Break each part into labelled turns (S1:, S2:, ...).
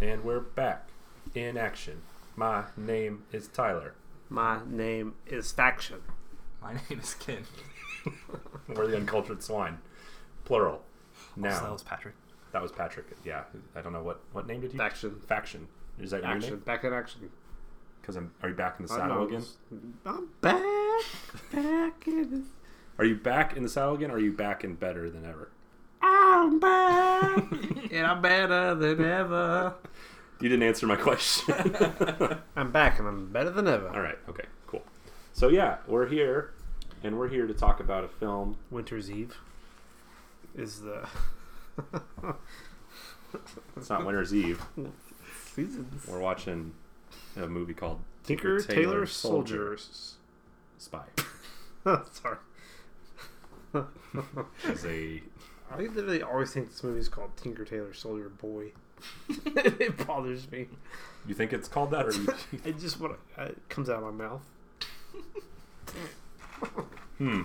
S1: And we're back in action. My name is Tyler.
S2: My name is Faction.
S3: My name is Ken.
S1: We're the uncultured swine, plural. Now
S3: Also, that was Patrick.
S1: that was Patrick. Yeah, I don't know what what name did you
S2: Faction.
S1: faction. Is that your
S2: Action.
S1: name?
S2: Back in action.
S1: Because I'm are you back in the
S2: I
S1: saddle
S2: know
S1: again?
S2: this- I'm back. Back in.
S1: Are you back in the saddle again? Or are you back and better than ever?
S2: I'm back. and I'm better than ever.
S1: You didn't answer my question.
S2: I'm back and I'm better than ever.
S1: All right. Okay. Cool. So yeah, we're here, and we're here to talk about a film.
S2: Winter's Eve is the
S1: It's not Winter's Eve.
S2: seasons.
S1: We're watching a movie called
S2: Tinker Tailor,
S1: Tailor Soldier.
S2: Soldiers. Oh,
S1: Spy.
S2: Sorry.
S1: Is a
S2: I literally always think this movie's called Tinker Tailor Soldier Boy. it bothers me.
S1: you think it's called that, or you,
S2: It just what it comes out of my mouth.
S1: hmm?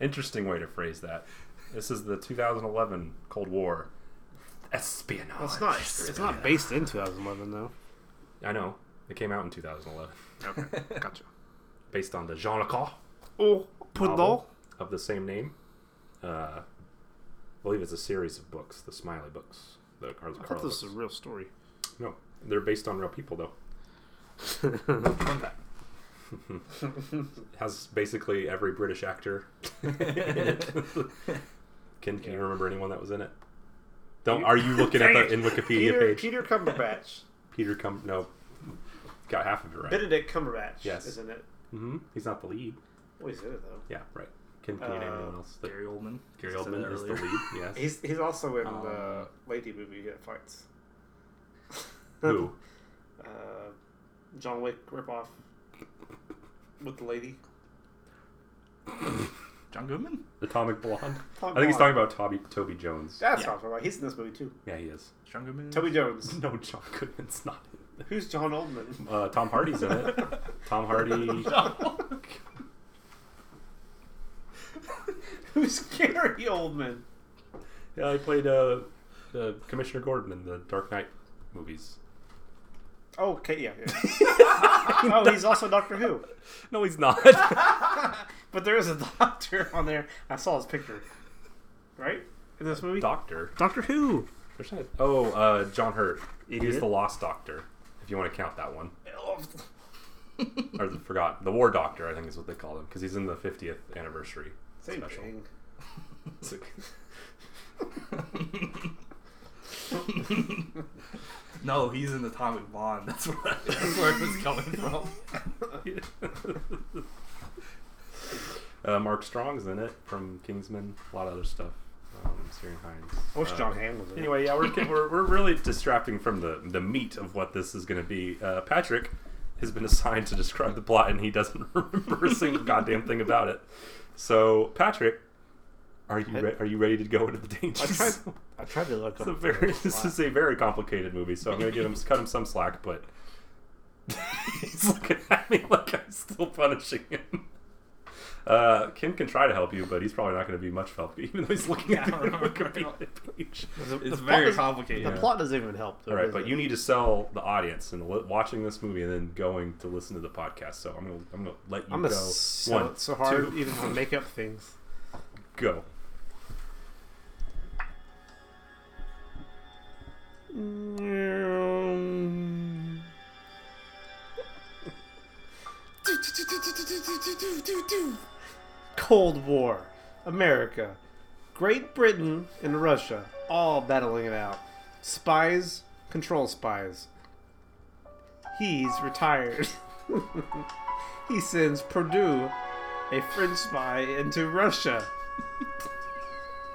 S1: Interesting way to phrase that. This is the 2011 Cold War espionage.
S2: Well, it's not. It's not based in 2011 though.
S1: I know. It came out in 2011,
S2: Okay, gotcha.
S1: based on the Jean Le Carre
S2: Oh, Pundal.
S1: Novel. of the same name. Uh, I believe it's a series of books, the Smiley books, the Carlos
S2: I thought
S1: Carlo
S2: this was a
S1: books.
S2: real story.
S1: No, they're based on real people though.
S3: Fun fact.
S1: It has basically every British actor. in it. Ken, can you remember anyone that was in it? Don't. Are you looking at the in Wikipedia
S2: Peter,
S1: page?
S2: Peter Cumberbatch,
S1: Peter Cum. No, got half of it right.
S2: Benedict Cumberbatch,
S1: Yes.
S2: isn't it?
S1: hmm He's not the lead.
S2: Well, he's in it though.
S1: Yeah, right. Can, can you name
S2: Uh,
S1: anyone else? That,
S3: Gary Oldman.
S1: Gary
S3: Said that
S1: Oldman is the
S3: earlier.
S1: lead. Yes.
S2: He's he's also in
S3: Um,
S2: the lady movie that fights.
S1: Who?
S2: Uh, John Wick ripoff with the lady.
S3: John Goodman.
S1: Atomic Blonde.
S2: Tom
S1: I think he's
S2: Bond.
S1: talking about Toby Toby Jones.
S2: That's what
S3: Yeah.
S2: I'm talking about. He's in this movie too.
S1: Yeah, he is.
S3: John Goodman.
S2: Toby Jones.
S1: No, John Goodman's not. in it.
S2: Who's John Oldman?
S1: Uh, Tom Hardy's in it. Tom Hardy.
S2: Who's Gary Oldman?
S1: Yeah, he played uh, uh, Commissioner Gordon in the Dark Knight movies.
S2: Oh, okay, yeah. yeah. oh, he's also Doctor Who.
S1: No, he's not.
S2: But there is a doctor on there. I saw his picture. Right? In this movie?
S1: doctor.
S2: doctor Who.
S1: There's not- Oh, uh, John Hurt. He's
S2: Idiot.
S1: the Lost Doctor, if you want to count that one.
S2: Oh,
S1: Or the Forgotten. The War Doctor, I think is what they called him, because he's in the 50th anniversary
S2: Same
S1: special.
S2: thing.
S1: It's like-
S3: no, he's in Atomic Blonde. That's where, that's where it was coming from.
S1: uh, Mark Strong's in it from Kingsman, a lot of other stuff. Um, Syrian Hines.
S2: I wish
S1: Uh,
S2: John Hamm was in it.
S1: Anyway, yeah, we're, we're, we're really distracting from the, the meat of what this is going to be. Uh, Patrick has been assigned to describe the plot, and he doesn't remember a single goddamn thing about it. So, Patrick, are you re- are you ready to go into the
S2: I
S1: dangers?
S2: tried,
S1: It's
S2: I tried to look
S1: a
S2: up.
S1: very, this is a very complicated movie, so I'm going to give him cut him some slack, but he's looking at me like I'm still punishing him. Uh, Kim can try to help you, but he's probably not going to be much help, even though he's looking at
S3: Yeah, I
S1: the
S3: don't know.
S1: Wikipedia page.
S3: It's very
S2: plot
S3: complicated.
S2: doesn't- The plot doesn't even help. though,
S1: All right,
S2: does
S1: but
S2: it?
S1: you need to sell the audience and li- watching this movie and then going to listen to the podcast. So I'm gonna I'm gonna let you
S2: I'm
S1: go.
S2: going to sell
S1: One,
S2: it so hard,
S1: two,
S2: even to make up things.
S1: go.
S2: Cold War, America, Great Britain, and Russia all battling it out. Spies control spies. He's retired. he sends Purdue, a French spy, into Russia.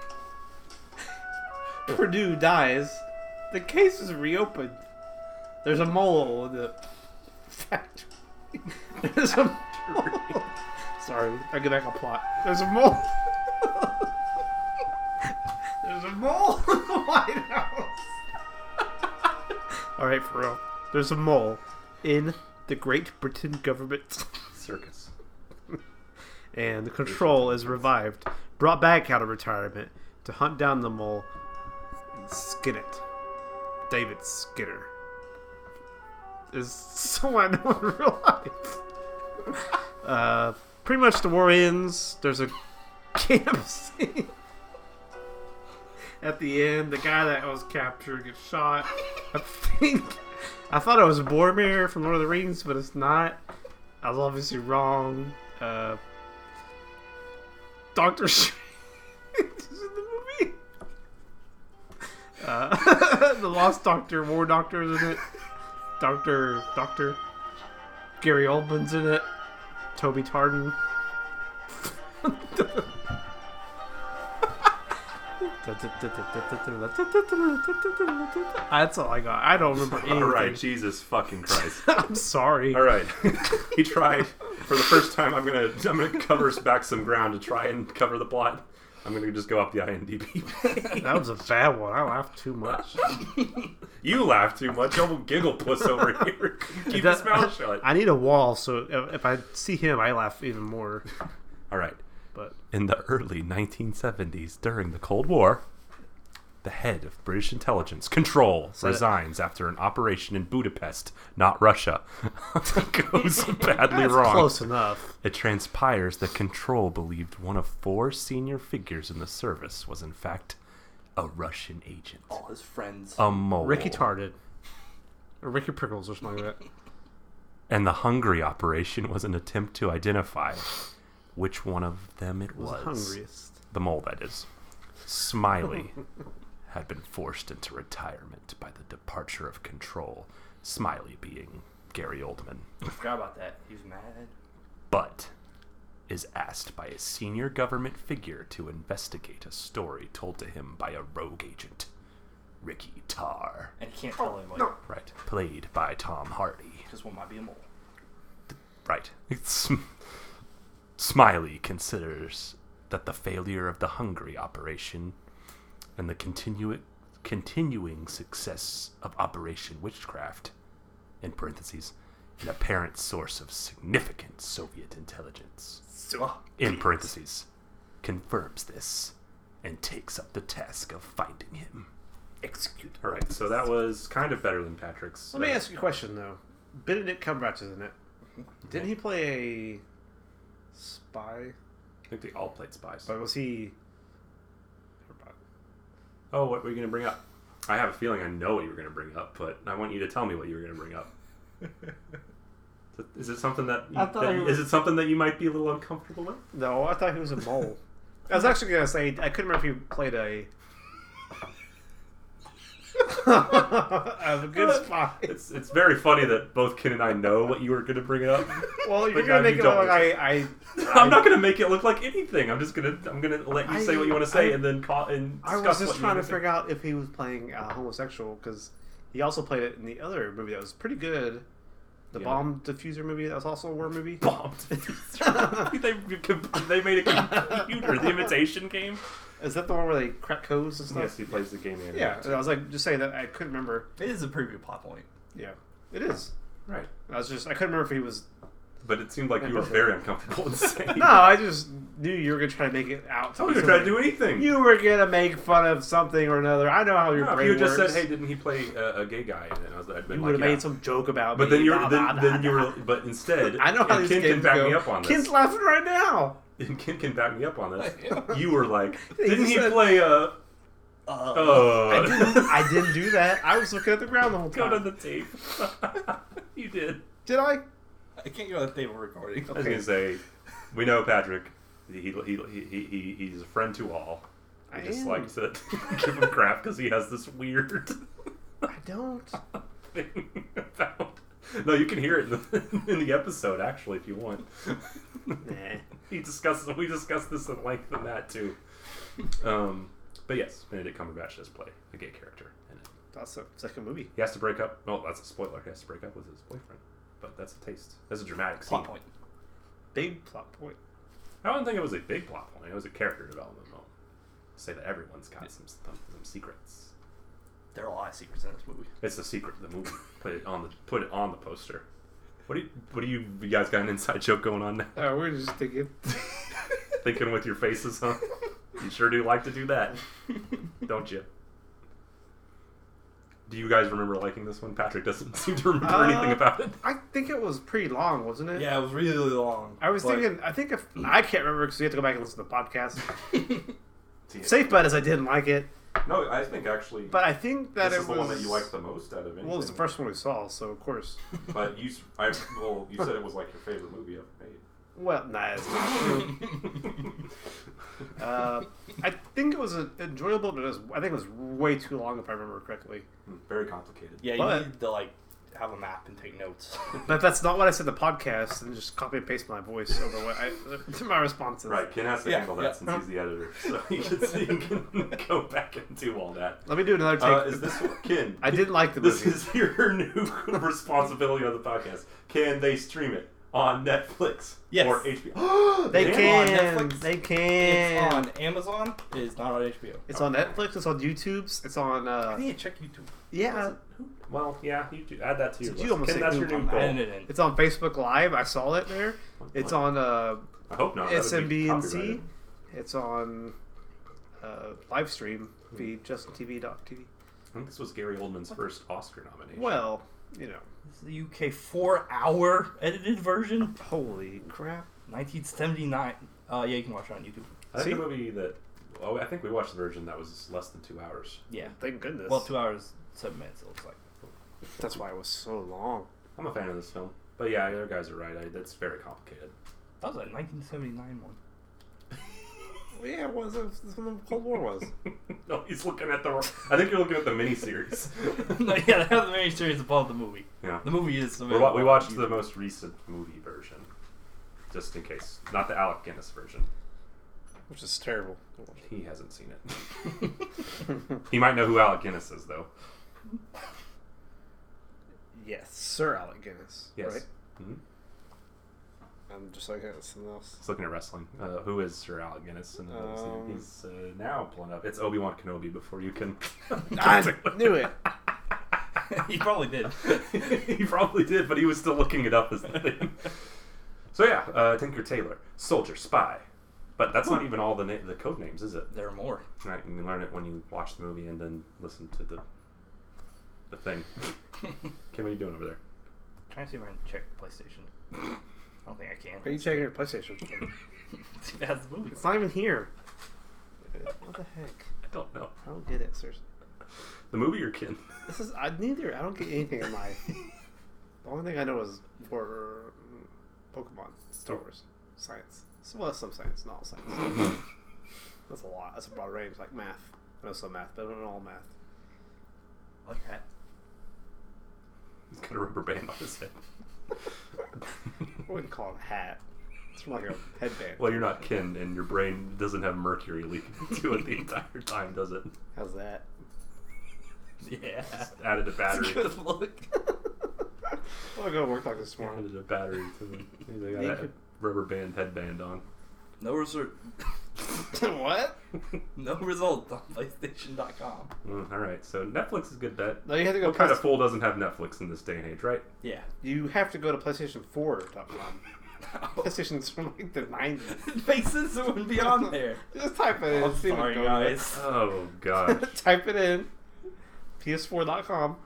S2: Purdue dies. The case is reopened. There's a mole in the factory. There's a mole. Sorry, I go back on plot. There's a mole. There's a mole in the White House. All right, for real. There's a mole in the Great Britain government,
S1: Circus.
S2: and the control is revived, brought back out of retirement to hunt down the mole and skin it. David Skinner is someone I know in real life. Uh, pretty much the war ends. There's a camp scene. At the end, the guy that was captured gets shot. I think I thought it was Boromir from Lord of the Rings, but it's not. I was obviously wrong. Uh, Doctor Strange is in the movie. Uh, the Lost Doctor, War Doctor is in it. Doctor, Doctor, Gary Oldman's in it. Toby Tarden. That's all I got. I don't remember anything.
S1: All right, Jesus fucking Christ.
S2: I'm sorry.
S1: All right, he tried for the first time. I'm gonna I'm gonna cover back some ground to try and cover the plot. I'm gonna just go off the IMDb.
S2: That was a bad one. I laughed too much.
S1: You laugh too much. Double giggle puss over here. Keep his mouth shut.
S2: I need a wall, so if- if I see him, I laugh even more.
S1: All right.
S2: But
S1: In the early 1970s, during the Cold War, the head of British intelligence control
S2: that-
S1: resigns after an operation in Budapest, not Russia, goes badly
S2: that's
S1: wrong.
S2: close enough.
S1: It transpires that control believed one of four senior figures in the service was, in fact, a Russian agent,
S3: All his friends.
S1: a mole.
S2: Ricky Tarded. Or Ricky Prickles or something like that.
S1: and the Hungary operation was an attempt to identify which one of them it was.
S2: Was the hungriest.
S1: the mole that is, Smiley had been forced into retirement by the departure of control, Smiley being Gary Oldman,
S3: I forgot about that. He was mad.
S1: but is asked by a senior government figure to investigate a story told to him by a rogue agent, Ricky Tarr,
S3: And he can't tell him, like,
S1: right, played by Tom Hardy.
S3: this one might be a mole.
S1: Right. It's, Smiley considers that the failure of the Hungary operation and the continu- continuing success of Operation Witchcraft, in parentheses, an apparent source of significant Soviet intelligence,
S3: So,
S1: in parentheses, confirms this and takes up the task of finding him.
S3: execute.
S1: All right, so that was kind of better than Patrick's.
S2: Let me ask you a question, though. Benedict Cumberbatch is in it. Didn't he play a spy?
S1: I think they all played spies.
S2: But was he. Never mind.
S1: Oh, what were you going to bring up? I have a feeling I know what you were going to bring up, but I want you to tell me what you were going to bring up. Is it something that,
S3: I thought
S1: that-
S3: I was-
S1: is it something that you might be a little uncomfortable with?
S2: No, I thought he was a mole. I was actually gonna say I couldn't remember if he played a. a good spy.
S1: It's it's very funny that both Ken and I know what you were going to bring up.
S2: Well, you're
S1: But
S2: gonna
S1: now
S2: make
S1: you
S2: it look
S1: don't.
S2: like I. I
S1: I'm not going to make it look like anything. I'm just going to I'm going to let you say what you want to say
S2: I-
S1: and then call and
S2: I
S1: discuss what
S2: was just
S1: you
S2: trying to
S1: think.
S2: figure out if he was playing uh, homosexual because he also played it in the other movie that was pretty good, the
S1: Yeah.
S2: bomb diffuser movie. That was also a war movie.
S1: bombed. they they made a computer, the imitation game.
S2: Is that the one where they crack codes and stuff?
S1: Yes, he plays the game.
S2: Yeah, and I was like just saying that I couldn't remember.
S3: It is a pretty good plot point.
S2: Yeah, it is.
S1: right.
S2: I was just I couldn't remember if he was
S1: But it seemed like you were very uncomfortable in saying.
S2: No, I just knew you were gonna try to make it out.
S1: I was gonna try Oh, to do anything.
S2: You were gonna make fun of something or another. I know how your
S1: No, if
S2: brain
S1: you had just said,
S2: works.
S1: "Hey, didn't he play a, a gay guy?" and I was, I'd been
S2: you
S1: like,
S2: would have
S1: yeah.
S2: made some joke about
S1: But
S2: me.
S1: then you
S2: blah,
S1: were, then,
S2: blah,
S1: then you
S2: blah,
S1: were, but instead,
S2: blah. I know how
S1: and
S2: these
S1: Ken can
S2: games
S1: back
S2: go.
S1: me up on this.
S2: Ken's laughing right now.
S1: and Ken can back me up on this.
S3: Yeah.
S1: You were like,
S2: He
S1: "Didn't he
S2: said-
S1: play a?"
S3: Uh,
S1: Oh,
S2: I didn't. I didn't do that. I was looking at the ground the whole
S1: Go to
S2: time.
S1: the tape. you did.
S2: Did I?
S3: I can't go on the table recording.
S1: I was gonna say, we know Patrick. He he he, he, he he's a friend to all. I
S2: I
S1: just
S2: am.
S1: like to give him crap because he has this weird.
S2: I don't.
S1: thing about. No, you can hear it in the, in the episode actually if you want.
S2: Nah.
S1: he discusses we discussed this at length in that too. Um, but yes, Benedict Cumberbatch does play a gay character, and
S2: That's the second movie.
S1: he has to break up. Well, that's a spoiler. He has to break up with his boyfriend, but that's a taste. That's a dramatic scene.
S3: plot point.
S2: Big plot point.
S1: I don't think it was a big plot point. It was a character development moment. Say that everyone's got some some, some secrets.
S3: There are a lot of secrets in this movie.
S1: It's the secret of the movie. Put it on the put it on the poster. What do you, what do you, you guys got an inside joke going on now?
S2: Uh, we're just thinking.
S1: Thinking with your faces, huh? You sure do like to do that, don't you? Do you guys remember liking this one? Patrick doesn't seem to remember
S2: Uh,
S1: anything about it.
S2: I think it was pretty long, wasn't it?
S3: Yeah, it was really long.
S2: I was
S3: but-
S2: thinking. I think if I can't remember because we have to go back and listen to the podcast.
S1: Yeah.
S2: Safe bet is I didn't like it,
S1: No, I think actually
S2: but I think that
S1: this
S2: it
S1: is
S2: was
S1: the one that you liked the most out of anything.
S2: Well, it was the first one we saw, so of course.
S1: But you, s- I, well, you said it was like your favorite movie ever made.
S2: Well, nah, it's not true. Uh, I think it was uh, enjoyable, but it was, I think it was way too long, if I remember correctly.
S1: Very complicated.
S3: yeah, you
S2: but-
S3: need to like have a map and take notes.
S2: But that's not what I said in the podcast, and just copy and paste my voice over what I, to my responses.
S1: Right, Ken has to
S3: Yeah,
S1: handle that
S3: yeah.
S1: since he's the editor, so he can, he can go back and do all that.
S2: Let me do another take.
S1: Uh, is this what- Ken?
S2: I didn't like the
S1: This
S2: movie.
S1: is your new responsibility on the podcast. Can they stream it on Netflix
S3: Yes.
S1: or HBO?
S2: they
S1: Damn.
S3: It's
S2: can.
S3: on Netflix.
S2: They
S3: it's
S2: can.
S3: on Amazon. It's not on HBO.
S2: It's on Netflix. It's on YouTube's. It's on.
S3: I
S2: Uh,
S3: need to check YouTube.
S2: yeah,
S1: Well, yeah, you do. add that to your
S2: Did you
S1: list.
S2: almost
S1: Ken,
S2: say
S1: that's your
S2: poop
S1: new
S2: on
S1: goal.
S3: I didn't- didn't-
S2: it's on Facebook Live. I saw it there. It's on uh,
S1: I hope not. that would be
S2: SMBNC.
S1: copyrighted.
S2: It's on uh, live stream feed justintv.tv.
S1: I think this was Gary Oldman's first Oscar nomination.
S2: Well, you know,
S3: This is the UK four-hour edited version,
S2: holy crap!
S3: 1979. Uh, yeah, you can watch it on YouTube.
S1: I think
S2: see?
S1: the movie that. Oh, I think we watched the version that was less than two hours.
S3: Yeah.
S2: Thank goodness.
S3: Well, two hours seven minutes. It looks like.
S2: That's why it was so long.
S1: I'm a fan of this film, but yeah, the other guys are right. I, that's very complicated.
S3: That was a 1979 one.
S2: Yeah, it was. It was that's when the Cold War was.
S1: no, he's looking at the. wrong- I think you're looking at the miniseries.
S3: no, yeah, that was very serious about the movie.
S1: yeah,
S3: The movie is.
S1: We're wa- we watched the most recent movie version, just in case, not the Alec Guinness version.
S2: Which is terrible.
S1: He hasn't seen it. He might know who Alec Guinness is, though.
S2: yes, Sir Alec Guinness.
S1: Yes,
S2: Right?
S1: Mhm.
S2: I'm just like that's something else.
S1: he's looking at wrestling. Uh, who is Sir Alec Guinness? And what was he-
S2: Um,
S1: he's uh, now pulling up. It's Obi Wan Kenobi. Before you can,
S2: I knew it.
S3: he probably did.
S1: he probably did, but he was still looking it up as the thing. So yeah, uh, Tinker Taylor, soldier, spy. But that's not even all the na- the code names, is it?
S3: There are more.
S1: Right, you can learn it when you watch the movie and then listen to the the thing. Kim, what are you doing over there?
S3: Trying to see if I can check PlayStation. I don't think I can.
S2: Are you checking your PlayStation?
S3: See, That's the movie.
S2: it's not even here. What the heck?
S1: I don't know.
S2: I don't get it, seriously.
S1: The movie or Kim?
S2: This is I neither. I don't get anything in life. the only thing I know is for mm, Pokemon, Star Wars, science. So, well, that's some science, not all science. that's a lot. That's a broad range, like math. I know some math, but I don't know all math.
S3: Like that.
S1: He's got a rubber band on his head.
S2: I wouldn't call it a hat. It's from like a headband.
S1: Well, you're not Ken, and your brain doesn't have mercury leaking to it the entire time, does it?
S2: How's that?
S3: Yeah.
S1: Added a
S3: That's a
S1: battery.
S3: good look.
S2: I'll go to work like this morning.
S1: Added a battery to the. They got
S2: You
S1: a
S2: could-
S1: rubber band headband on.
S3: No result.
S2: what?
S3: No results on PlayStation.com.
S1: Mm, all right, so Netflix is a good bet.
S2: No, you have to go.
S1: What kind
S2: Play-
S1: of fool doesn't have Netflix in this day and age, right?
S3: Yeah.
S2: you have to go to PlayStation Four. Top one. PlayStation's from like the nineties.
S3: it makes sense it wouldn't be on there.
S2: Just type it in.
S3: I'm
S2: see what
S3: sorry,
S2: goes up.
S3: guys.
S1: Oh gosh.
S2: type it in. PS4.com.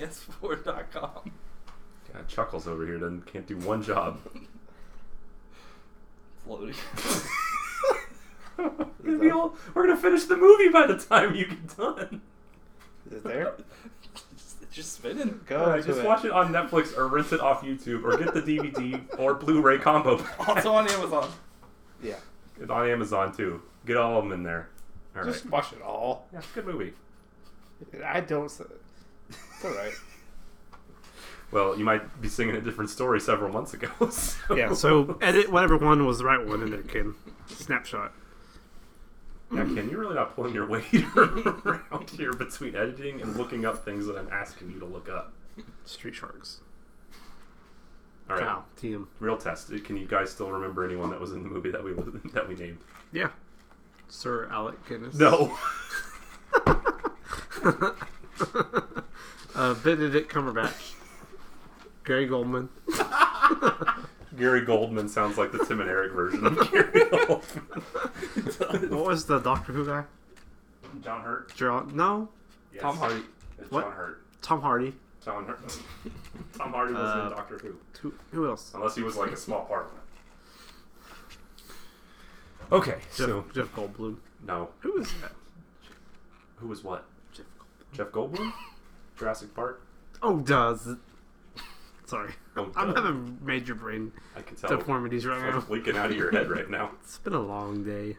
S3: PS4.com.
S1: God, Chuckles over here doesn't can't do one job.
S3: It's loading.
S1: we're, gonna be all, we're gonna finish the movie by the time you get done.
S2: Is it there?
S3: It's just spinning.
S2: Go
S1: All right,
S2: to
S1: just
S2: it.
S1: watch it on Netflix or rent it off YouTube or get the DVD or Blu-ray combo pack.
S3: Also on Amazon.
S2: Yeah.
S1: And on Amazon too. Get all of them in there. All right.
S2: Just watch it all.
S1: Yeah, good movie.
S2: I don't. s- It's all right.
S1: Well, you might be singing a different story several months ago. So.
S2: yeah. So edit whatever one was the right one in there, Ken. Snapshot.
S1: Yeah, Ken, you're really not pulling your weight around here between editing and looking up things that I'm asking you to look up.
S2: Street Sharks.
S1: All right.
S2: Wow. TM.
S1: Real test. Can you guys still remember anyone that was in the movie that we that we named?
S2: Yeah. Sir Alec Guinness.
S1: No.
S2: uh, Benedict Cumberbatch. Gary Goldman.
S1: Gary Goldman sounds like the Tim and Eric version of Gary Goldman.
S2: What was the Doctor Who guy?
S1: John Hurt.
S2: Gerald, no,
S1: Yes.
S3: Tom Hardy.
S1: It's
S2: What?
S1: John Hurt.
S2: Tom Hardy.
S1: John Hurt. Tom Hardy was
S3: Uh,
S1: in Doctor Who,
S2: Who, who else?
S1: unless he was like a small part. Okay,
S2: Jeff,
S1: so
S2: Jeff Goldblum.
S1: no,
S2: Who is that?
S1: who was what?
S2: Jeff Goldblum.
S1: Jeff Goldblum, Jurassic Park.
S2: Oh, does. Sorry,
S1: Oh,
S2: I'm
S1: duh.
S2: having major brain
S1: I can tell.
S2: deformities right now.
S1: It's leaking out of your head right now.
S2: Oh. It's been a long day.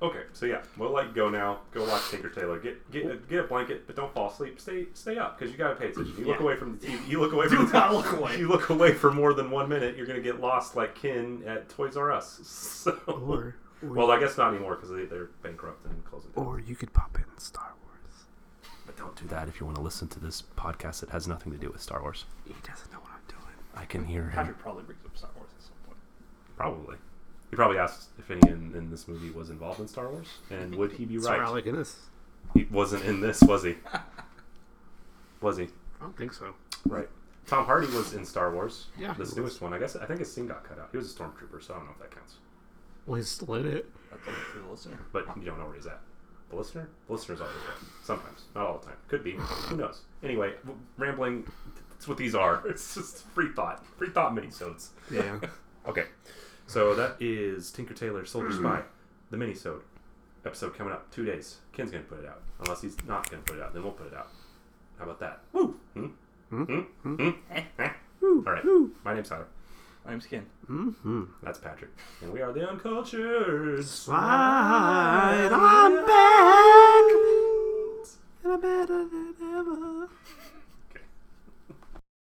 S1: Okay, so yeah, we'll like go now. Go watch Tinker Tailor. Get get a, get a blanket, but don't fall asleep. Stay stay up because you gotta pay attention. You look
S2: Yeah.
S1: away from the TV. You look away
S3: Do
S1: from the
S3: not look away.
S1: You look away for more than one minute, you're gonna get lost like Ken at Toys R Us. So
S2: Or, or,
S1: well, I guess not anymore because they, they're bankrupt and closing. down.
S2: or you could pop in Star Wars.
S1: But don't do that if you want to listen to this podcast that has nothing to do with Star Wars.
S2: He doesn't know what I'm doing.
S1: I can hear him.
S3: Patrick probably brings up Star Wars at some point.
S1: Probably. He probably asked if anyone in this movie was involved in Star Wars, and would he be
S2: It's right.
S1: right?
S2: Alec Guinness.
S1: He wasn't in this, was he? Was he?
S2: I don't think so.
S1: Right. Tom Hardy was in Star Wars.
S2: Yeah, he
S1: This
S2: was.
S1: newest one. I guess I think his scene got cut out. He was a stormtrooper, so I don't know if that counts.
S2: Well, he's still in it.
S3: That's up to the listener.
S1: But you don't know where he's at. The listener? The listener's always there. Sometimes. Not all the time. Could be. Who knows? Anyway, w- rambling. That's what these are. It's just free thought. Free thought minisodes.
S2: Yeah.
S1: Okay. So that is Tinker Tailor Soldier Spy, the minisode. Episode coming up. Two days. Ken's going to put it out. Unless he's not going to put it out. Then we'll put it out. How about that? Woo! Hmm?
S2: Hmm?
S1: Hmm? Hmm? Eh? All right. My name's Tyler.
S3: I'm Skin.
S2: Mm-hmm.
S1: That's Patrick. And we are the Uncultured.
S2: Slide, I'm back, and I'm better than ever.